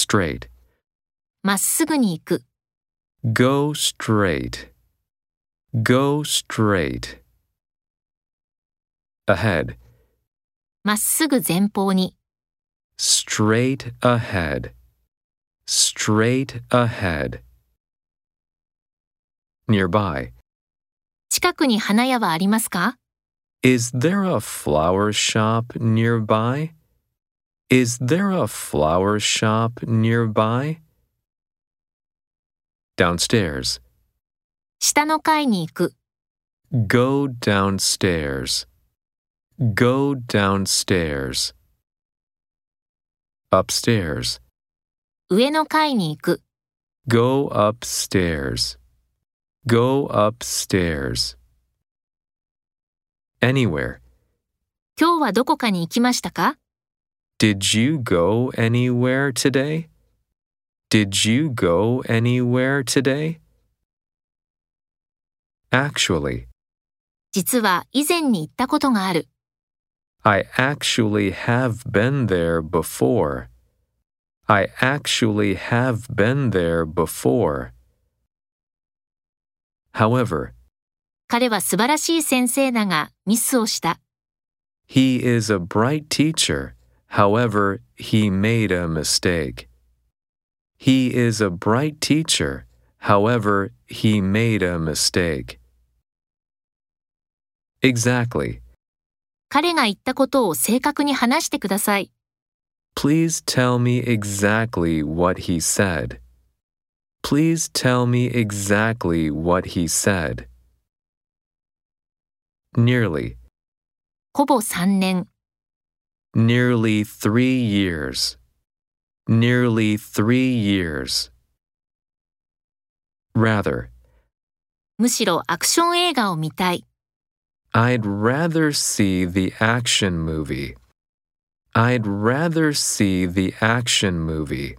straight. まっすぐに行く、 Go straight. Go straight. Ahead. まっすぐ前方に、 Straight ahead. Straight ahead. Nearby. 近くに花屋はありますか Is there a flower shop nearby? Is there a flower shop nearby? Downstairs. 下の階に行く、 Go downstairs. Go downstairs. Upstairs. 上の階に行く、 Go upstairs. Go upstairs. Anywhere. 今日はどこかに行きましたか Did you go anywhere today? Did you go anywhere today? Actually, 実は以前に行ったことがある。 I actually have been there before. I actually have been there before. However, 彼は素晴らしい先生だが、ミスをした。 He is a bright teacher. However, he made a mistake. He is a bright teacher. However, he made a mistake. Exactly. 彼が言ったことを正確に話してください。 Please tell me exactly what he said. Please tell me exactly what he said. Nearly. ほぼ3年、 Nearly three years. Nearly three years. Rather, むしろアクション映画を見たい。 I'd rather see the action movie. I'd rather see the action movie.